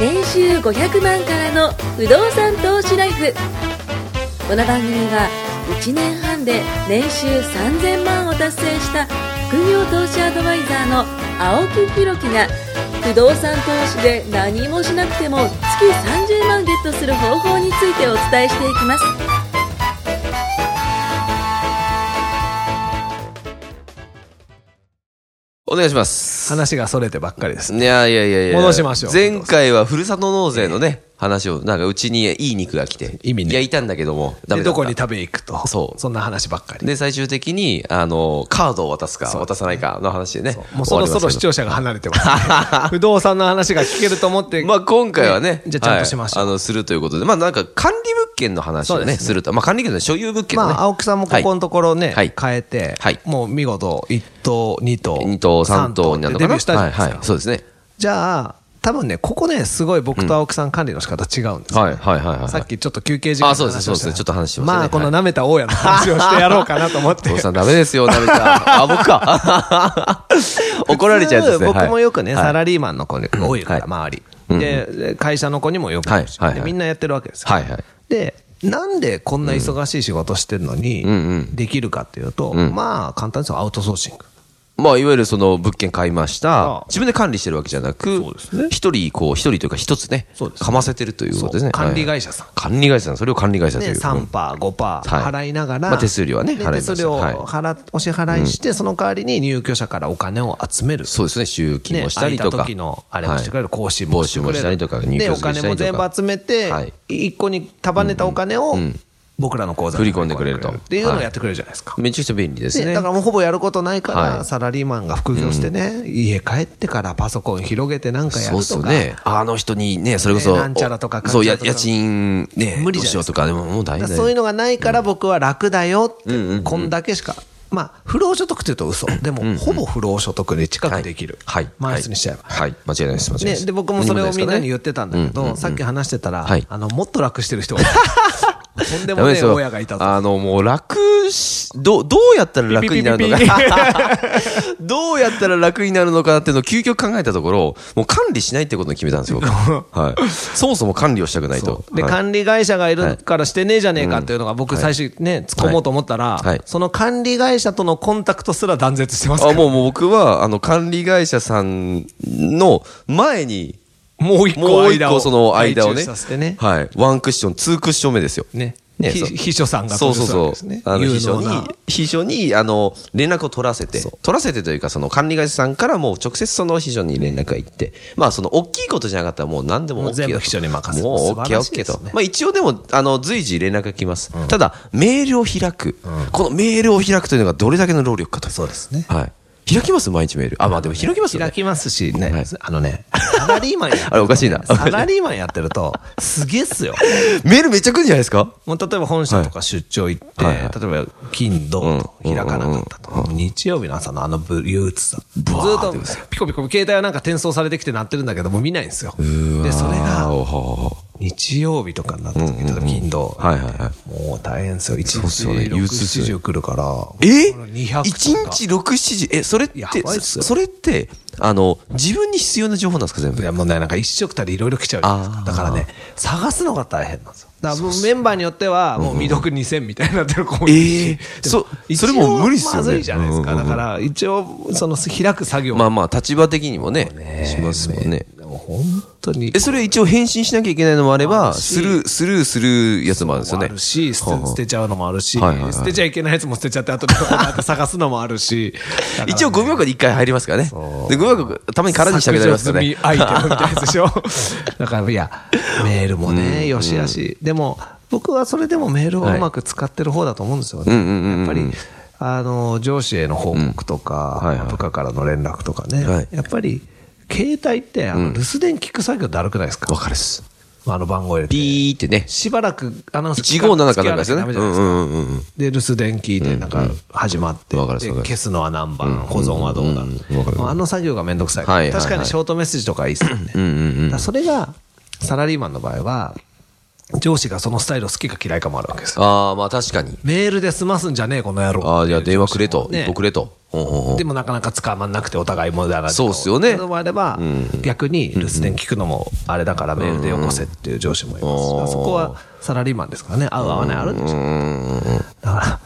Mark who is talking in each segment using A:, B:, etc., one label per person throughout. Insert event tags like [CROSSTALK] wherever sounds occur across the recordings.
A: 年収500万からの不動産投資ライフこの番組は1年半で年収3000万を達成した副業投資アドバイザーの青木弘樹が不動産投資で何もしなくても月30万ゲットする方法についてお伝えしていきます
B: お願いします。
C: 話がそれてばっかりです。
B: いやいやいやいや。
C: 戻しましょう
B: 前回はふるさと納税のね、話を、なんかうちにいい肉が来て、
C: 意味ね
B: 焼いたんだけども、ダメだ
C: で、ど
B: った
C: こに食べ行くと。
B: そう
C: そんな話ばっかり。
B: で、最終的に、あの、カードを渡すか、
C: そう
B: 渡さないかの話でね。
C: もうそろそ
B: 終わります
C: ろ視
B: けど
C: 聴者が離れてます、不動産の話が聞けると思っ
B: [LAUGHS]
C: て。
B: まあ今回はね、
C: じゃあちゃんとしましょう。
B: はいあの、するということで、まあなんか管理物件の話を
C: そう
B: ね、
C: ですすね
B: ると。まあ管理物件の所有物件のね。
C: まあ、青木さんもここのところね、
B: はい
C: 変えて、
B: はい
C: もう見事、1等、2等、
B: 二等、三等になるの
C: デ
B: かな
C: ビューしたじゃないですか。
B: はいはい。そうですね。
C: じゃあ、多分ね、ここね、すごい僕と青木さん管理の仕方違うんですよ
B: はいはいはいはい。
C: さっきちょっと休憩時間の話を
B: あそうですそうですちょっと話しましたね
C: まあ、この舐めた大家の話をしてやろうかなと思って。
B: 父
C: [LAUGHS]
B: さんダメですよ、ダメちゃん。あ、僕か。怒られちゃうやつですね。
C: 普通僕もよくね、
B: はい
C: サラリーマンの子に多いか
B: は
C: ら、
B: い
C: 周り、
B: うん
C: でで会社の子にもよくいるし、
B: はいはいはい
C: でみんなやってるわけですよ、
B: はいはい
C: でなんでこんな忙しい仕事してるのに、
B: うんうん
C: できるかっていうと、
B: ん
C: まあ簡単ですよアウトソーシング
B: まあ、いわゆるその物件買いました
C: あ。
B: 自分で管理してるわけじゃなく
C: そうですね、
B: 一人、こう、一人というか一つね、
C: そうです
B: かませてるということですね。
C: そう管理会社さん
B: はい管理会社さん、それを管理会社とい
C: で
B: う。
C: 3パー5パー
B: はい
C: 払いながら、
B: まあ手数料はね
C: で
B: 払いま
C: 手
B: すよ
C: 数料を
B: はい
C: 払っお支払いして、その代わりに入居者からお金を集める
B: そうですね、集金
C: ね、
B: もしたりとか。
C: 空いた時のあれもしてくれる、
B: はい
C: 講師もしてく
B: 講習も
C: れる
B: したりとか入居
C: で、
B: 者
C: お
B: したりとか
C: 金も全部集めて、
B: はい
C: 一個に束ねたお金を、僕らの口座に
B: 振り込んでくれると
C: っていうのをやってくれるじゃないですか。
B: めちゃくちゃ便利です
C: ね
B: ね
C: だ。からもうほぼやることないから、
B: はい
C: サラリーマンが副業してね、家帰ってからパソコン広げてなんかやる
B: そう
C: と
B: っ
C: か、
B: すよね。あの人にね、それこそ。
C: ねなんちゃらとか
B: そう、や
C: かん
B: 家
C: ちゃらとか
B: 賃ね、
C: 無理じ
B: どう
C: ゃない
B: しようとか、でももう大変だ
C: だか
B: よ
C: らそういうのがないから僕は楽だよって、
B: うんうんうん
C: こんだけしか。まあ、不労所得っていうと嘘。でも、ほぼ不労所得に近くできる。
B: はい。
C: マイナスにしちゃえば。
B: はい。間違いないです、間違いない
C: ね、
B: す
C: で僕もそれをみんなに言ってたんだけ
B: うんう
C: ど、
B: ん
C: さっき話してたら、
B: はい
C: あのもっと楽してる人
B: [LAUGHS]
C: がいたとんで
B: ダ
C: も
B: メ
C: ね
B: です
C: え
B: よ
C: 親がいたと。
B: あの、もう楽し、どう、どうやったら楽になるの
C: ピピピ
B: か。 [LAUGHS] どうやったら楽になるのかなっていうのを究極考えたところ、もう管理しないってことに決めたんです
C: [LAUGHS]
B: よ、僕はい。そもそも管理をしたくないと。
C: で、
B: はい
C: 管理会社がいるからしてねえじゃねえかっていうのが、僕、最初ね、突っ込もうと思ったら
B: はい、
C: その管理会社とのコンタクトすら断絶してますか
B: あ、
C: ら、
B: もう、もう僕は、あの、管理会社さんの前に、
C: もう一個
B: もう一
C: 間を、
B: 個その間を
C: 外
B: ね
C: 注させてね、
B: はい。ワンクッション、ツークッション目ですよ。
C: ね
B: ね
C: ひ
B: そう
C: 秘書さんが
B: そうそう
C: そう
B: そ
C: で
B: う
C: すね。
B: あの秘
C: 有能
B: 書に
C: な、
B: 秘書に、あの、連絡を取らせて、取らせてというか、その管理会社さんからもう直接その秘書に連絡が行って、まあ、その大きいことじゃなかったらもう何でも OK
C: も
B: だ
C: う
B: と
C: 全部秘書に任せる
B: もう
C: 素
B: OK、
C: 晴らしい
B: OK
C: ですね
B: と。まあ、一応でも、あの、随時連絡が来ます。ただ、メールを開く。このメールを開くというのがどれだけの労力かと。そうです
C: ね
B: はい。開きます毎日メール。あ、まあでも開きますよ
C: 開
B: ね。
C: きますしね、
B: はい
C: あのね、サラリーマンやってるとね
B: あれおかしいな
C: サラリーマンやってると、すげえっすよ。
B: メールめっちゃ来るんじゃないですか
C: もう例えば本社とか出張行って、
B: はいはい
C: 例えば金、土と
B: うん
C: 開かなかったと、日曜日の朝のあのブ憂鬱さ、ずっ
B: ブワーって
C: と
B: ですよ
C: ピコピコ、携帯はなんか転送されてきて鳴ってるんだけど、もう見ないんですよ。で、それ
B: あー
C: が
B: おはおは
C: 日曜日とかになった時、例えば金、土、
B: はいはいはい。
C: もう大変ですよ。一
B: うっすよね
C: 日
B: 憂
C: 六
B: 鬱っすよ
C: 七
B: ね
C: 十来るから。
B: え
C: 200
B: 1日6、7時、え、それって
C: やばいっす
B: そ、
C: よ
B: それって、あの、自分に必要な情報なんですか、全
C: い
B: 部。
C: やもうね、なんか一色たりいろいろ来ちゃうじゃないです
B: あ
C: か。
B: ー
C: だからね、探すのが大変なんですよ。だからもうメンバーによっては、もう未読2000みたいになってる子もいる
B: え
C: し
B: え。そそれも無理っ
C: です
B: よね
C: まずいじゃないですか。
B: うんうん
C: だから、一応、その開く作業
B: ま
C: も
B: あまあ、立場的にもね、しますもんね。
C: 本当に
B: え、。それ一応返信しなきゃいけないのもあれば、
C: るし
B: スルー、スルーするやつもあるんですよね
C: あ。るし、捨
B: はあ
C: て
B: はあ
C: 捨てちゃうのもあるし、
B: はいはいはい
C: 捨てちゃいけないやつも捨てちゃって、後でこうやって探すのもある [LAUGHS] し。だからね
B: 一応5秒間で1回入りますからね。で、
C: そう
B: 5秒間、たまに空にしたくなりますからね。
C: 削除済みアイテムみたいなやつでしょ [LAUGHS] だから、いや、メールもね、よしあし。でも、僕はそれでもメールをうまく使ってる方だと思うんですよね。
B: うんうんうんうん
C: やっぱり、あの、上司への報告とか、
B: うんはいはい
C: 部下からの連絡とかね、
B: はい
C: やっぱり、携帯って、あの留守電聞く作業だるくないですか、
B: わかるっす。
C: あの番号入れて。
B: ピーってね。
C: しばらくアナウンス聞か
B: 157かなんかですよ
C: 聞
B: ね。う
C: なきゃダメじゃない
B: ん
C: です
B: う
C: か
B: んうんうん。
C: で、留守電聞いて、なんか、始まって、
B: わかる
C: で
B: わかる
C: 消すのは何番、保存はどうだ、もうあの作業がめんどくさいから、
B: はいはいはい
C: 確かにショートメッセージとかいいっすよね。だからそれが、サラリーマンの場合は、上司がそのスタイルを好きか嫌いかもあるわけですよ。
B: ああ、まあ確かに。
C: メールで済ますんじゃねえ、この野郎。
B: ああ、じゃあ電話くれと、
C: ね
B: 一個くれと。ほうほうほう
C: でもなかなか捕まんなくてお互いもだら
B: そうっすよね
C: のもあれば、逆に留守電聞くのもあれだからメールでよこせっていう上司もいますし、
B: うん
C: だからそこはサラリーマンですからね合う合わないあるんでしょうだから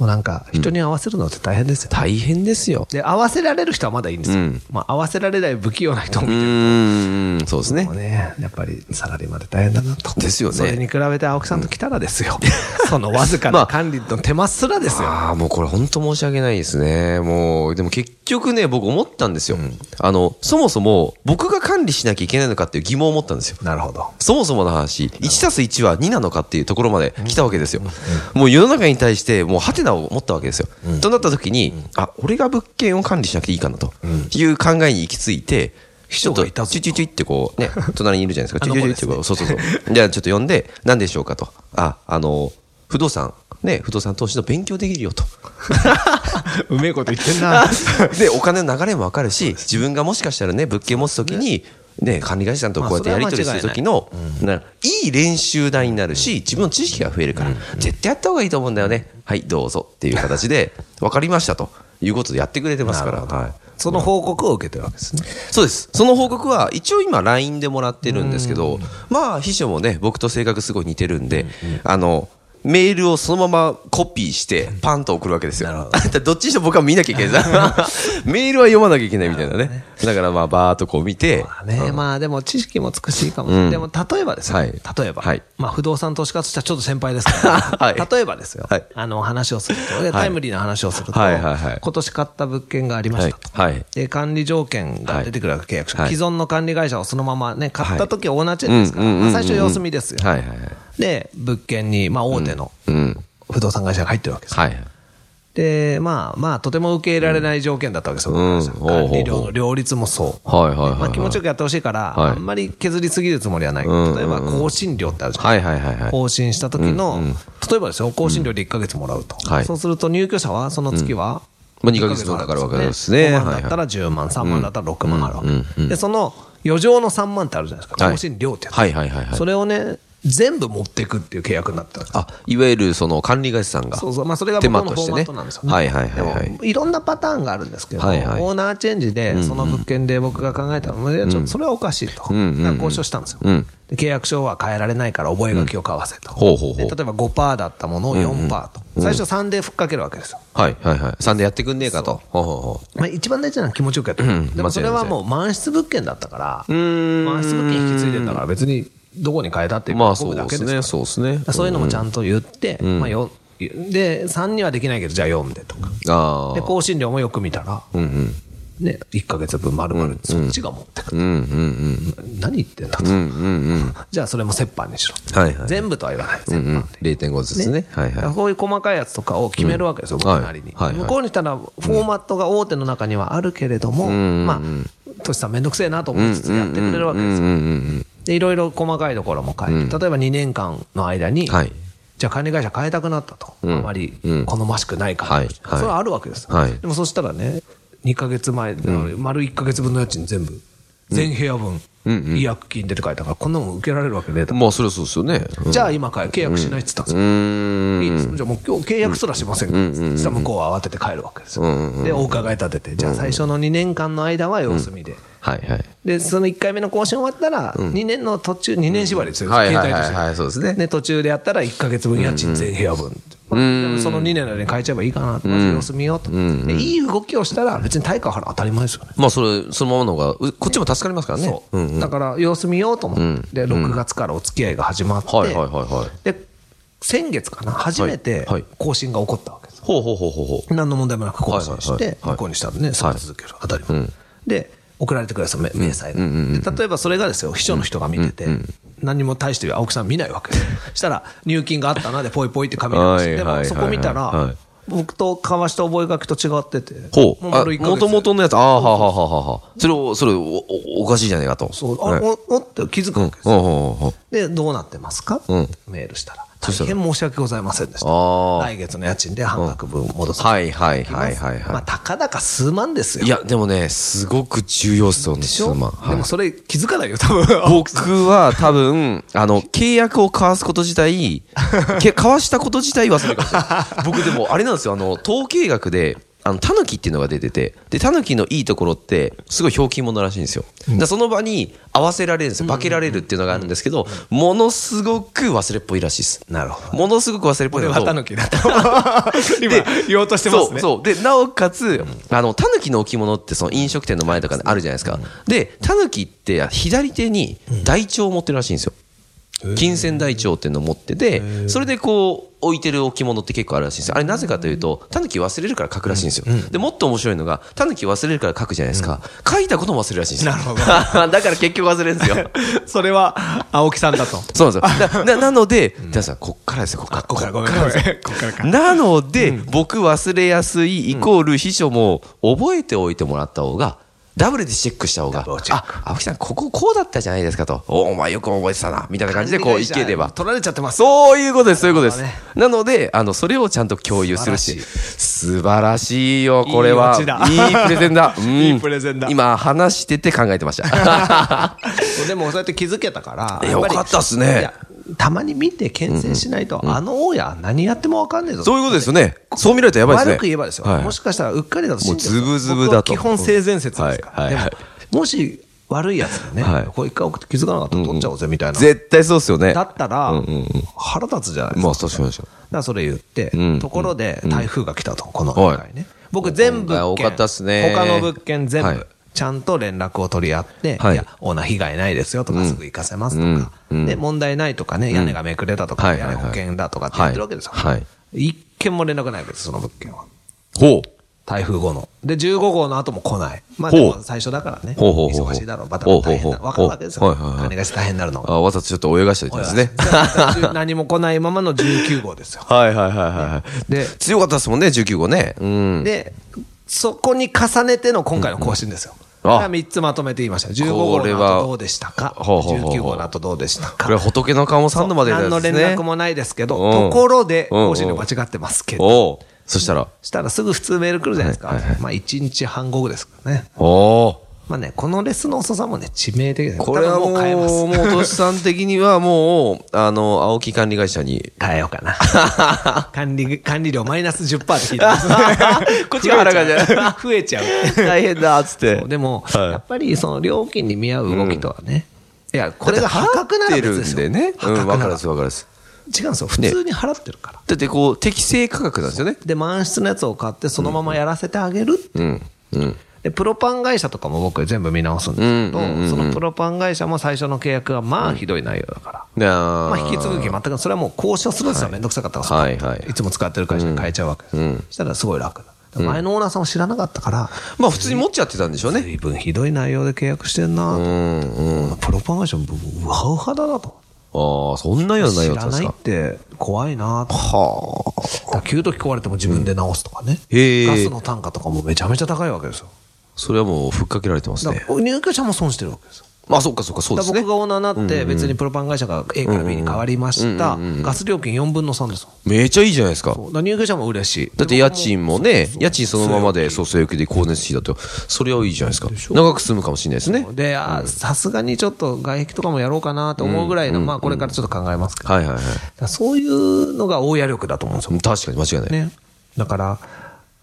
C: もうなんか人に合わせるのって大変ですよ、
B: 大変ですよ。
C: で合わせられる人はまだいいんですよ、
B: うん
C: まあ、合わせられない不器用な人も
B: うーん、そうですね
C: も。ね、やっぱりサラリーマンで大変だなと。
B: ですよね
C: それに比べて青木さんと来たらですよ。そのわずか
B: まあ
C: な管理の手間すらですよ。
B: ああ、もうこれ本当申し訳ないですね。もう、でも結局ね、僕思ったんですよ。あの、そもそも僕が管理しなきゃいけないのかっていう疑問を持ったんですよ。
C: なるほど。
B: そもそもの話、1たす1は2なのかっていうところまで来たわけですよ。もう世の中に対して、もうハテナを持ったわけですよ。となった時に、あ、俺が物件を管理しなくていいかなという考えに行き着いて、ちょっ
C: が
B: と、
C: いたぞ
B: ちゅちゅちゅってこ
C: [LAUGHS]
B: う、ね、隣にいるじゃないですか。ち
C: あの
B: ゅ
C: 子
B: ちゅちゅって
C: です
B: こ
C: ね
B: う、そうそうそう。じゃあちょっと呼んで、何でしょうかと。あ、あの、不動産、ね、不動産投資の勉強できるよと。
C: うめえこと言って
B: [LAUGHS]
C: んな。
B: で、お金の流れもわかるし、自分がもしかしたらね、物件持つときに、ね、管理会社さんとこうやってやり取りする時の、ないい練習台になるし、自分の知識が増えるから、絶対やった方がいいと思うんだよね。はい、どうぞっていう形で、わかりましたということでやってくれてますから。はい
C: その報告を受けてるわけですね。
B: そうです。その報告は、一応今、LINE でもらってるんですけど、まあ、秘書もね、僕と性格すごい似てるんで、あの、メールをそのままコピーして、パンと送るわけですよ。
C: なるほ
B: [LAUGHS]
C: ど
B: あんたどっちにしても僕は見なきゃいけ
C: [LAUGHS]
B: ない。メールは読まなきゃいけないみたいなね。だからまあ、バーっとこう見て、
C: まあね、まあでも知識もつくしいいかもしれない。でも例えばですよ。
B: はい
C: 例えば。
B: はい
C: まあ不動産投資家としてはちょっと先輩ですから、
B: [LAUGHS] はい
C: 例えばですよ。
B: はい
C: あの話をすると、で
B: はい
C: タイムリーな話をすると、
B: はいはいはい
C: 今年買った物件がありましたと。
B: はいはい
C: で、管理条件が出てくるわけ、契約書。
B: はい
C: 既存の管理会社をそのままね、買った時は同じですから、
B: うんうんうんうん
C: まあ最初様子見ですよ。
B: はいはいはい。
C: で、物件に、まあ、大手の
B: うん。
C: 不動産会社が入ってるわけです。
B: はい。
C: で、まあまあ、とても受け入れられない条件だったわけですよ、
B: うんうん
C: 僕からしたら
B: ほうほうほう
C: 管理料の両立もそう。
B: はいはいはいはい
C: まあ、気持ちよくやってほしいから、
B: はい
C: あんまり削りすぎるつもりはない。
B: うん
C: 例えば、更新料ってあるじゃない
B: はいはいはいはい。
C: 更新した時の、例えばですよ、更新料で1ヶ月もらうと。
B: はい
C: そうすると、入居者はその月は、
B: まあ二ヶ月の中で分かるわけですねは
C: 5
B: いは
C: 万
B: い
C: だったら10万、3万だったら6万あるわけ。
B: うんうんうん
C: で、その余剰の3万ってあるじゃないですか。
B: はい
C: 更新料ってやつ
B: はいはいはいはい
C: それをね、全部持っていくっていう契約になってたんです
B: あ、いわゆるその管理会社さんが。
C: そうそう、まあ、それが
B: 手
C: 僕
B: 間
C: のフ
B: と
C: ォ
B: し
C: ー
B: て
C: マ
B: ね
C: ットなんですよね。
B: はいはいはいはい
C: でもいろんなパターンがあるんですけど、
B: はいはい
C: オーナーチェンジで、その物件で僕が考えたのは、いやちょっとそれはおかしいと、
B: んうんうん
C: だから交渉したんですよ、
B: うん
C: で契約書は変えられないから、覚書を交わせと、
B: ほうほうほう
C: で例えば5%だったものを4%と、最初3でふっかけるわけですよ。
B: はいはいはい。3でやってくんねえかと。ほうほうほう
C: まあ、一番大事なのは気持ちよくやってる、
B: うん
C: でもそれは
B: 間違いな
C: もう満室物件だったから、
B: ーん
C: 満室物件引き継いでんだから、別にどこに変えたっていう
B: まあ
C: 僕だけです
B: そう
C: か
B: で
C: ら
B: すねそうですね
C: そういうのもちゃんと言って、まあ、よで3にはできないけど、じゃあ4でとか。
B: あ
C: で、
B: あ。
C: 更新料もよく見たら、
B: うんうん。
C: ね、1ヶ月分丸々そっちが持ってくる。
B: うんうんうん。
C: 何言ってんだと。
B: うんうんうん。
C: [LAUGHS] じゃあそれも折半にしろ。
B: はいはい。
C: 全部とは言わない。
B: うんう
C: 折
B: ん
C: 半。
B: 0.5ずつね。はいはい。
C: こういう細かいやつとかを決めるわけですよ、
B: うん
C: 僕なりに、
B: はいはいはい
C: 向こうにしたら、フォーマットが大手の中にはあるけれども、まあ、トシさん、めんどくせえなと思いつつやってくれるわけですよ、
B: うんうん
C: でいろいろ細かいところも変えて、例えば2年間の間に、
B: はい
C: じゃあ管理会社変えたくなったと、
B: ん
C: あまり
B: うん
C: 好ましくないから、
B: はいはい
C: それはあるわけです、
B: はい
C: でもそしたらね、2か月前、丸1か月分の家賃全部、全部屋分、違約金出て書いたから、こんなもん受けられるわけねえ
B: う
C: と
B: ん。まあ、それはそうですよね。
C: じゃあ今から契約しないって言ったんですよ
B: うーん。
C: いいですじゃあもう今日契約すらしませんから、そしたら向こうは慌てて帰るわけですよ、で、お伺い立てて、じゃあ最初の2年間の間は様子見で、
B: はいはい。
C: で、その1回目の更新終わったら、2年の途中、2年縛りですよ、
B: はいはい
C: 携帯と
B: はい
C: して
B: はい。そうですね。
C: ね、途中でやったら1か月分家賃全部屋分、まあでもその2年の間に変えちゃえばいいかなと、まず様子見ようと、でいい動きをしたら、別に対価払う当たり前ですよね。
B: まあ、それ、そのままの方が、うこっちも助かりますからね。
C: そう
B: うんうん。
C: だから様子見ようと思って、で6月からお付き合いが始まって、
B: はいはいはいはい。
C: で先月かな、初めて
B: はいはい
C: 更新が起こったわけです、
B: ほうほうほうほうほう。
C: 何の問題もなく更新し
B: はいはい
C: て、
B: はい
C: 向こうにしたらね、それ続ける、当たり前、で、送られてください、め明細が、で例えばそれがですよ、秘書の人が見てて、何も大して青木さん見ないわ
B: [LAUGHS]
C: けです、したら、入金があったなで、ぽいぽいって紙に直して、
B: は
C: で
B: いはいはいは
C: も
B: い
C: そこ見た
B: は
C: ら
B: い、
C: 僕と交わした覚書と違ってて、
B: ほう。
C: も
B: あ、
C: 丸一ヶ
B: も
C: 月
B: ともとのやつ、ああ、はあはあはあはあはあ。それを、それを、おおおかしいじゃないかと。
C: そう
B: は
C: あ
B: い
C: おおって気づくわけです
B: ほうほうほうほう。
C: で、どうなってますか、
B: うん
C: メールしたら。
B: そ
C: 大
B: したら
C: 変申し訳ございませんでした。
B: あー
C: 来月の家賃で半額分戻す。
B: はいはいはいはい
C: まあ、
B: は
C: たかだか数万ですよ。
B: い。いや、でもね、すごく重要そうなんで
C: ですし
B: よ、
C: ょ、
B: まあは
C: で
B: い
C: もそれ気づかないよ、多分。
B: 僕は多分、あの、契約を交わすこと自 [LAUGHS] 体、け交わしたこと自体忘れるかもしれない。僕でも、あれなんですよ、あの、統計学で、あの、タヌキっていうのが出てて、で、タヌキのいいところって、すごいひょうきん者らしいんですよ。だその場に合わせられるんですよ。化けられるっていうのがあるんですけど、ものすごく忘れっぽいらしいです。
C: なるほど。
B: ものすごく忘れっぽい
C: の
B: と。
C: タヌキだった。 [LAUGHS] 今、言おうとしてますね。
B: そう、そう。で、なおかつ、あの、タヌキの置物って、その飲食店の前とかであるじゃないですか。で、タヌキって左手に台帳を持ってるらしいんですよ。金銭台帳っていうのを持ってて、それでこう、置いてる置物って結構あるらしいんですよ。あれなぜかというと、タヌキ忘れるから書くらしいんですよ。で、もっと面白いのが、タヌキ忘れるから書くじゃないですか。書いたことも忘れるらしいんですよ。
C: なるほど。
B: [LAUGHS] だから結局忘れるんです
C: [LAUGHS]
B: よ。
C: それは、青木さんだと。
B: そうなんです [LAUGHS] よ。な、なので、皆さん、こっからですよ、こっから。
C: こっから、ごめんなさい。こっからか。
B: なので、僕忘れやすいイコール秘書も覚えておいてもらった方が、ダブルでチェックした方が、あ、青木さん、こここうだったじゃないですかと、おお前よく覚えてたな、みたいな感じでこういければ。
C: 取られちゃってます。
B: そういうことです、そういうことです。なので、あの、それをちゃんと共有するし、素晴らしいよ、これは。いいプレゼン
C: [LAUGHS]
B: だ。
C: いいプレゼンだ。
B: 今、話してて考えてました。
C: [LAUGHS] でも、そうやって気づけたから。
B: よかったっすね。
C: たまに見て牽制しないと、あの大家何やってもわかんねえぞ。
B: そういうことですよね。そう見られたらやばいですね。
C: 悪く言えばですよ。もしかしたらうっかりだと信じて
B: もうズブズブだと。
C: 基本性善説ですから。はいはい、もし悪いやつがね、はい、こう一回送って気づかなかったら取っちゃおうぜみたいな。
B: 絶対そうですよね。
C: だったら、腹立つじゃないですか。
B: まあ、確かに
C: だからそれ言って、ところで台風が来たと、この今回ね。僕全部、
B: 多かったっすね。
C: 他の物件全部、ちゃんと連絡を取り合って、い、や、オーナー被害ないですよとか、すぐ行かせますとか、で、問題ないとかね、屋根がめくれたとか、屋根保険だとかって言ってるわけですよ。一件も連絡ないわけです、その物件は。
B: ほう。
C: 台風後の。で、15号の後も来ない。まあ、でも最初だからね。忙しいだろう、バタバタ大変だ。わかるわけですよ。金がし大変になるの
B: が。わざとちょっと泳がしておいたんですね。
C: [LAUGHS] 何も来ないままの19号ですよ。
B: [LAUGHS] はいはいはいはい。で、強かったですもんね、19号ね。
C: で、そこに重ねての今回の更新ですよ。あ3つまとめて言いました。15号の後どうでしたか ?19 号の後どうでしたか
B: これ仏の顔も3度まで
C: ですね。何の連絡もないですけど、ところで更新の間違ってますけど。
B: そしたら
C: したらすぐ普通メール来るじゃないですか。まあ1日半後ですからね。
B: おー。
C: まあね、このレスの遅さもね、致命的です。
B: これはもう、もう、もう、としさん的にはもう、あの、青木管理会社に。
C: 変えよう
B: [LAUGHS]
C: かな。管理、管理料マイナス10%って聞いてます。
B: こっちが腹がじ
C: ゃ [LAUGHS] 増えちゃう。
B: 大変だ、つって。
C: でも、やっぱりその料金に見合う動きとはね。いや、これが破格な
B: ら別でね。うん、わかるです、わかるです。
C: 違うんですよ。普通に払ってるから。
B: だってこう、適正価格なんですよね。
C: で、満室のやつを買って、そのままやらせてあげるって。うん。うんで、プロパン会社とかも僕全部見直すんですけど、そのプロパン会社も最初の契約はまあひどい内容だから。まあ引き続き全く、それはもう交渉するんですよ。めんどくさかったから、いつも使ってる会社に変えちゃうわけです。そしたらすごい楽だ。前のオーナーさんは知らなかったから、
B: まあ普通に持っちゃってたんでしょうね。
C: 随分ひどい内容で契約してんなと。プロパン会社もうわうはだなと。
B: ああ、そんなような内容
C: だった知らないって怖いなと。はあ。給湯器壊れても自分で直すとかね。ガスの単価とかもめちゃめちゃ高いわけですよ。
B: それはもうふっかけられてますね。
C: 入居者も損してるわけですよ。
B: まあ、そっかそっか、そうですね。
C: 僕がオーナーになって、別にプロパン会社が A から B に変わりました。ガス料金4分の3です
B: めっちゃいいじゃないですか。
C: か入居者も嬉しい。
B: だって家賃もね、家賃そのままで、そう、据え置きで光熱費だと、それはいいじゃないですか。長く住むかもしれないですね。
C: で、あ、さすがにちょっと外壁とかもやろうかなと思うぐらいの、まあ、これからちょっと考えますけど。。
B: はいはいはい
C: そういうのが大家力だと思うんですよ。
B: 確かに間違いない。ね。
C: だから、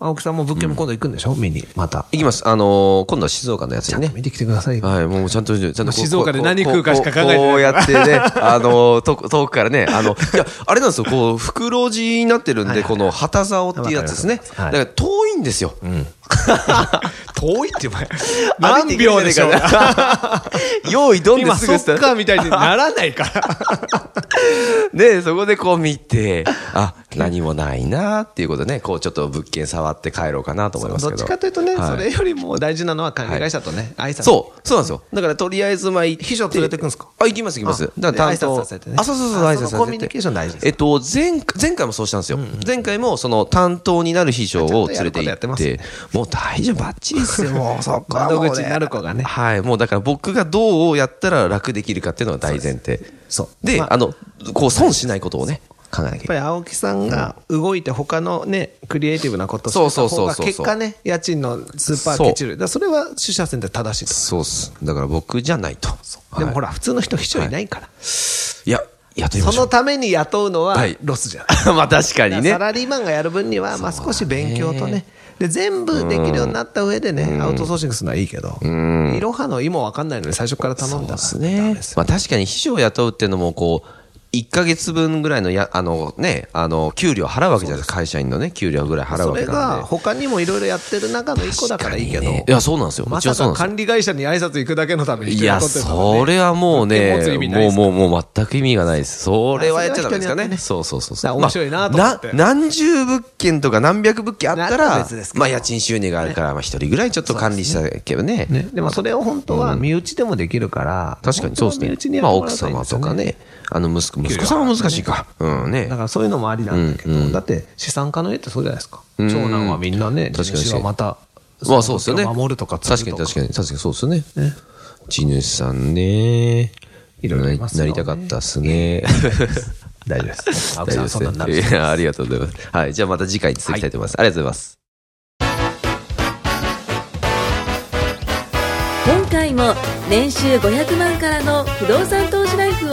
C: 青木さんも物件も今度行くんでしょ、見に、また。
B: 行きます。あの今度は静岡のやつにね。
C: 見てきてください。
B: はい、もうちゃんと、ちゃんと。
C: 静岡で何食うかしか考えてない。
B: こうやって [LAUGHS] ね、あの遠く、遠くからね、あの、いや、あれなんですよ、こう、袋地になってるんで、この旗竿っていうやつですね。だから遠いんですよ。
C: 遠いってお前、何秒でしょう
B: 用意どんです
C: ぐ
B: [LAUGHS]
C: [LAUGHS] 今、そっかみたいにならないから。
B: ねそこでこう見て、あ、何もないなっていうことでね、こうちょっと物件触って帰ろうかなと思います
C: ど。っちかというとね、それよりも大事なのは管理会社とね、挨拶。
B: そう、そうなんですよ。だからとりあえず、まあ、
C: 秘書連れてくん [LAUGHS] ですか
B: あ、行きます、行きます。
C: だから担当。あ、そう
B: そうそう、挨拶させて。
C: コミュニケーション大事
B: えっと、前、前回もそうしたんですよ。前回もその担当になる秘書を連れて行って、もう大丈夫、ばっちりですよ、もうそこ
C: 窓口になる子がね。
B: はい、もうだから僕がどうやったら楽できるかっていうのが大前提。。
C: そう
B: で、あの、こう損しないことをね。考えなきゃ
C: やっぱり青木さんが動いて他のね、クリエイティブなこと
B: そうそうそう
C: そう。結果ね、家賃のスーパーケチる。それは取捨選択正しいと。
B: そうっす。だから僕じゃないと。
C: でもほら、普通の人一人いないから。
B: いや、雇いま
C: そのために雇うのはロスじゃな
B: [LAUGHS]
C: い。
B: まあ確かにね。
C: サラリーマンがやる分には、まあ少し勉強とね。で、全部できるようになった上でね、アウトソーシングするのはいいけど、いろはの意もわかんないので最初から頼んだら。
B: そうですね。まあ確かに秘書を雇うっていうのも、こう、1ヶ月分ぐらいのや、あのね、あの、給料払うわけじゃないですか。会社員のね、給料ぐらい払う
C: そ
B: わけ
C: れ
B: なん
C: が、
B: で。
C: 他にもいろいろやってる中の一個だからいいけど
B: ね。いや、そうなんですよ。
C: ま
B: うちは
C: さ
B: そうな
C: か
B: んですよ
C: 管理会社に挨拶行くだけのために
B: い
C: 人
B: や、
C: 雇ってたの
B: そ
C: ね
B: れはもうね
C: 持つ意、味
B: も
C: ないで
B: う
C: す
B: もうもう全く意味がないです。それはやっちゃダメですか
C: まあそれは人によって
B: ね。
C: ね
B: そうそうそう
C: だ
B: そう。
C: から面白いなと思って
B: まあな何十物件とか何百物件あった
C: なら
B: ら
C: 別です、けど
B: まあ家賃収入があるから、まあ一人ぐらいちょっと管理したけどね。
C: ね、でもそれを本当は身内でもできるから、
B: 確かにそうですね。まあ奥様とか。ね、あの息子、息子さんは難しいか。うんね
C: だ。からそういうのもありなんだけど、だって資産家の家ってそうじゃないですか。
B: ん
C: 長男はみんなね、
B: 確かに
C: 地主はまた、
B: まあそうですよね。
C: 守るとか継
B: 確
C: ぐ
B: か
C: と
B: に
C: か
B: 確かに、確かにそうですよね。地主さんね。
C: いろいろい
B: な
C: ます
B: なり
C: よね
B: たかったっすね。
C: 大丈夫です。青
B: [LAUGHS]
C: 木
B: 大
C: さ
B: 丈
C: んそんなにな
B: 夫
C: る
B: ですね。いや、ありがとうございます。はい。じゃあまた次回に続きたいと思います。ありがとうございます。
A: 今回も年収500万からの不動産投資ライフ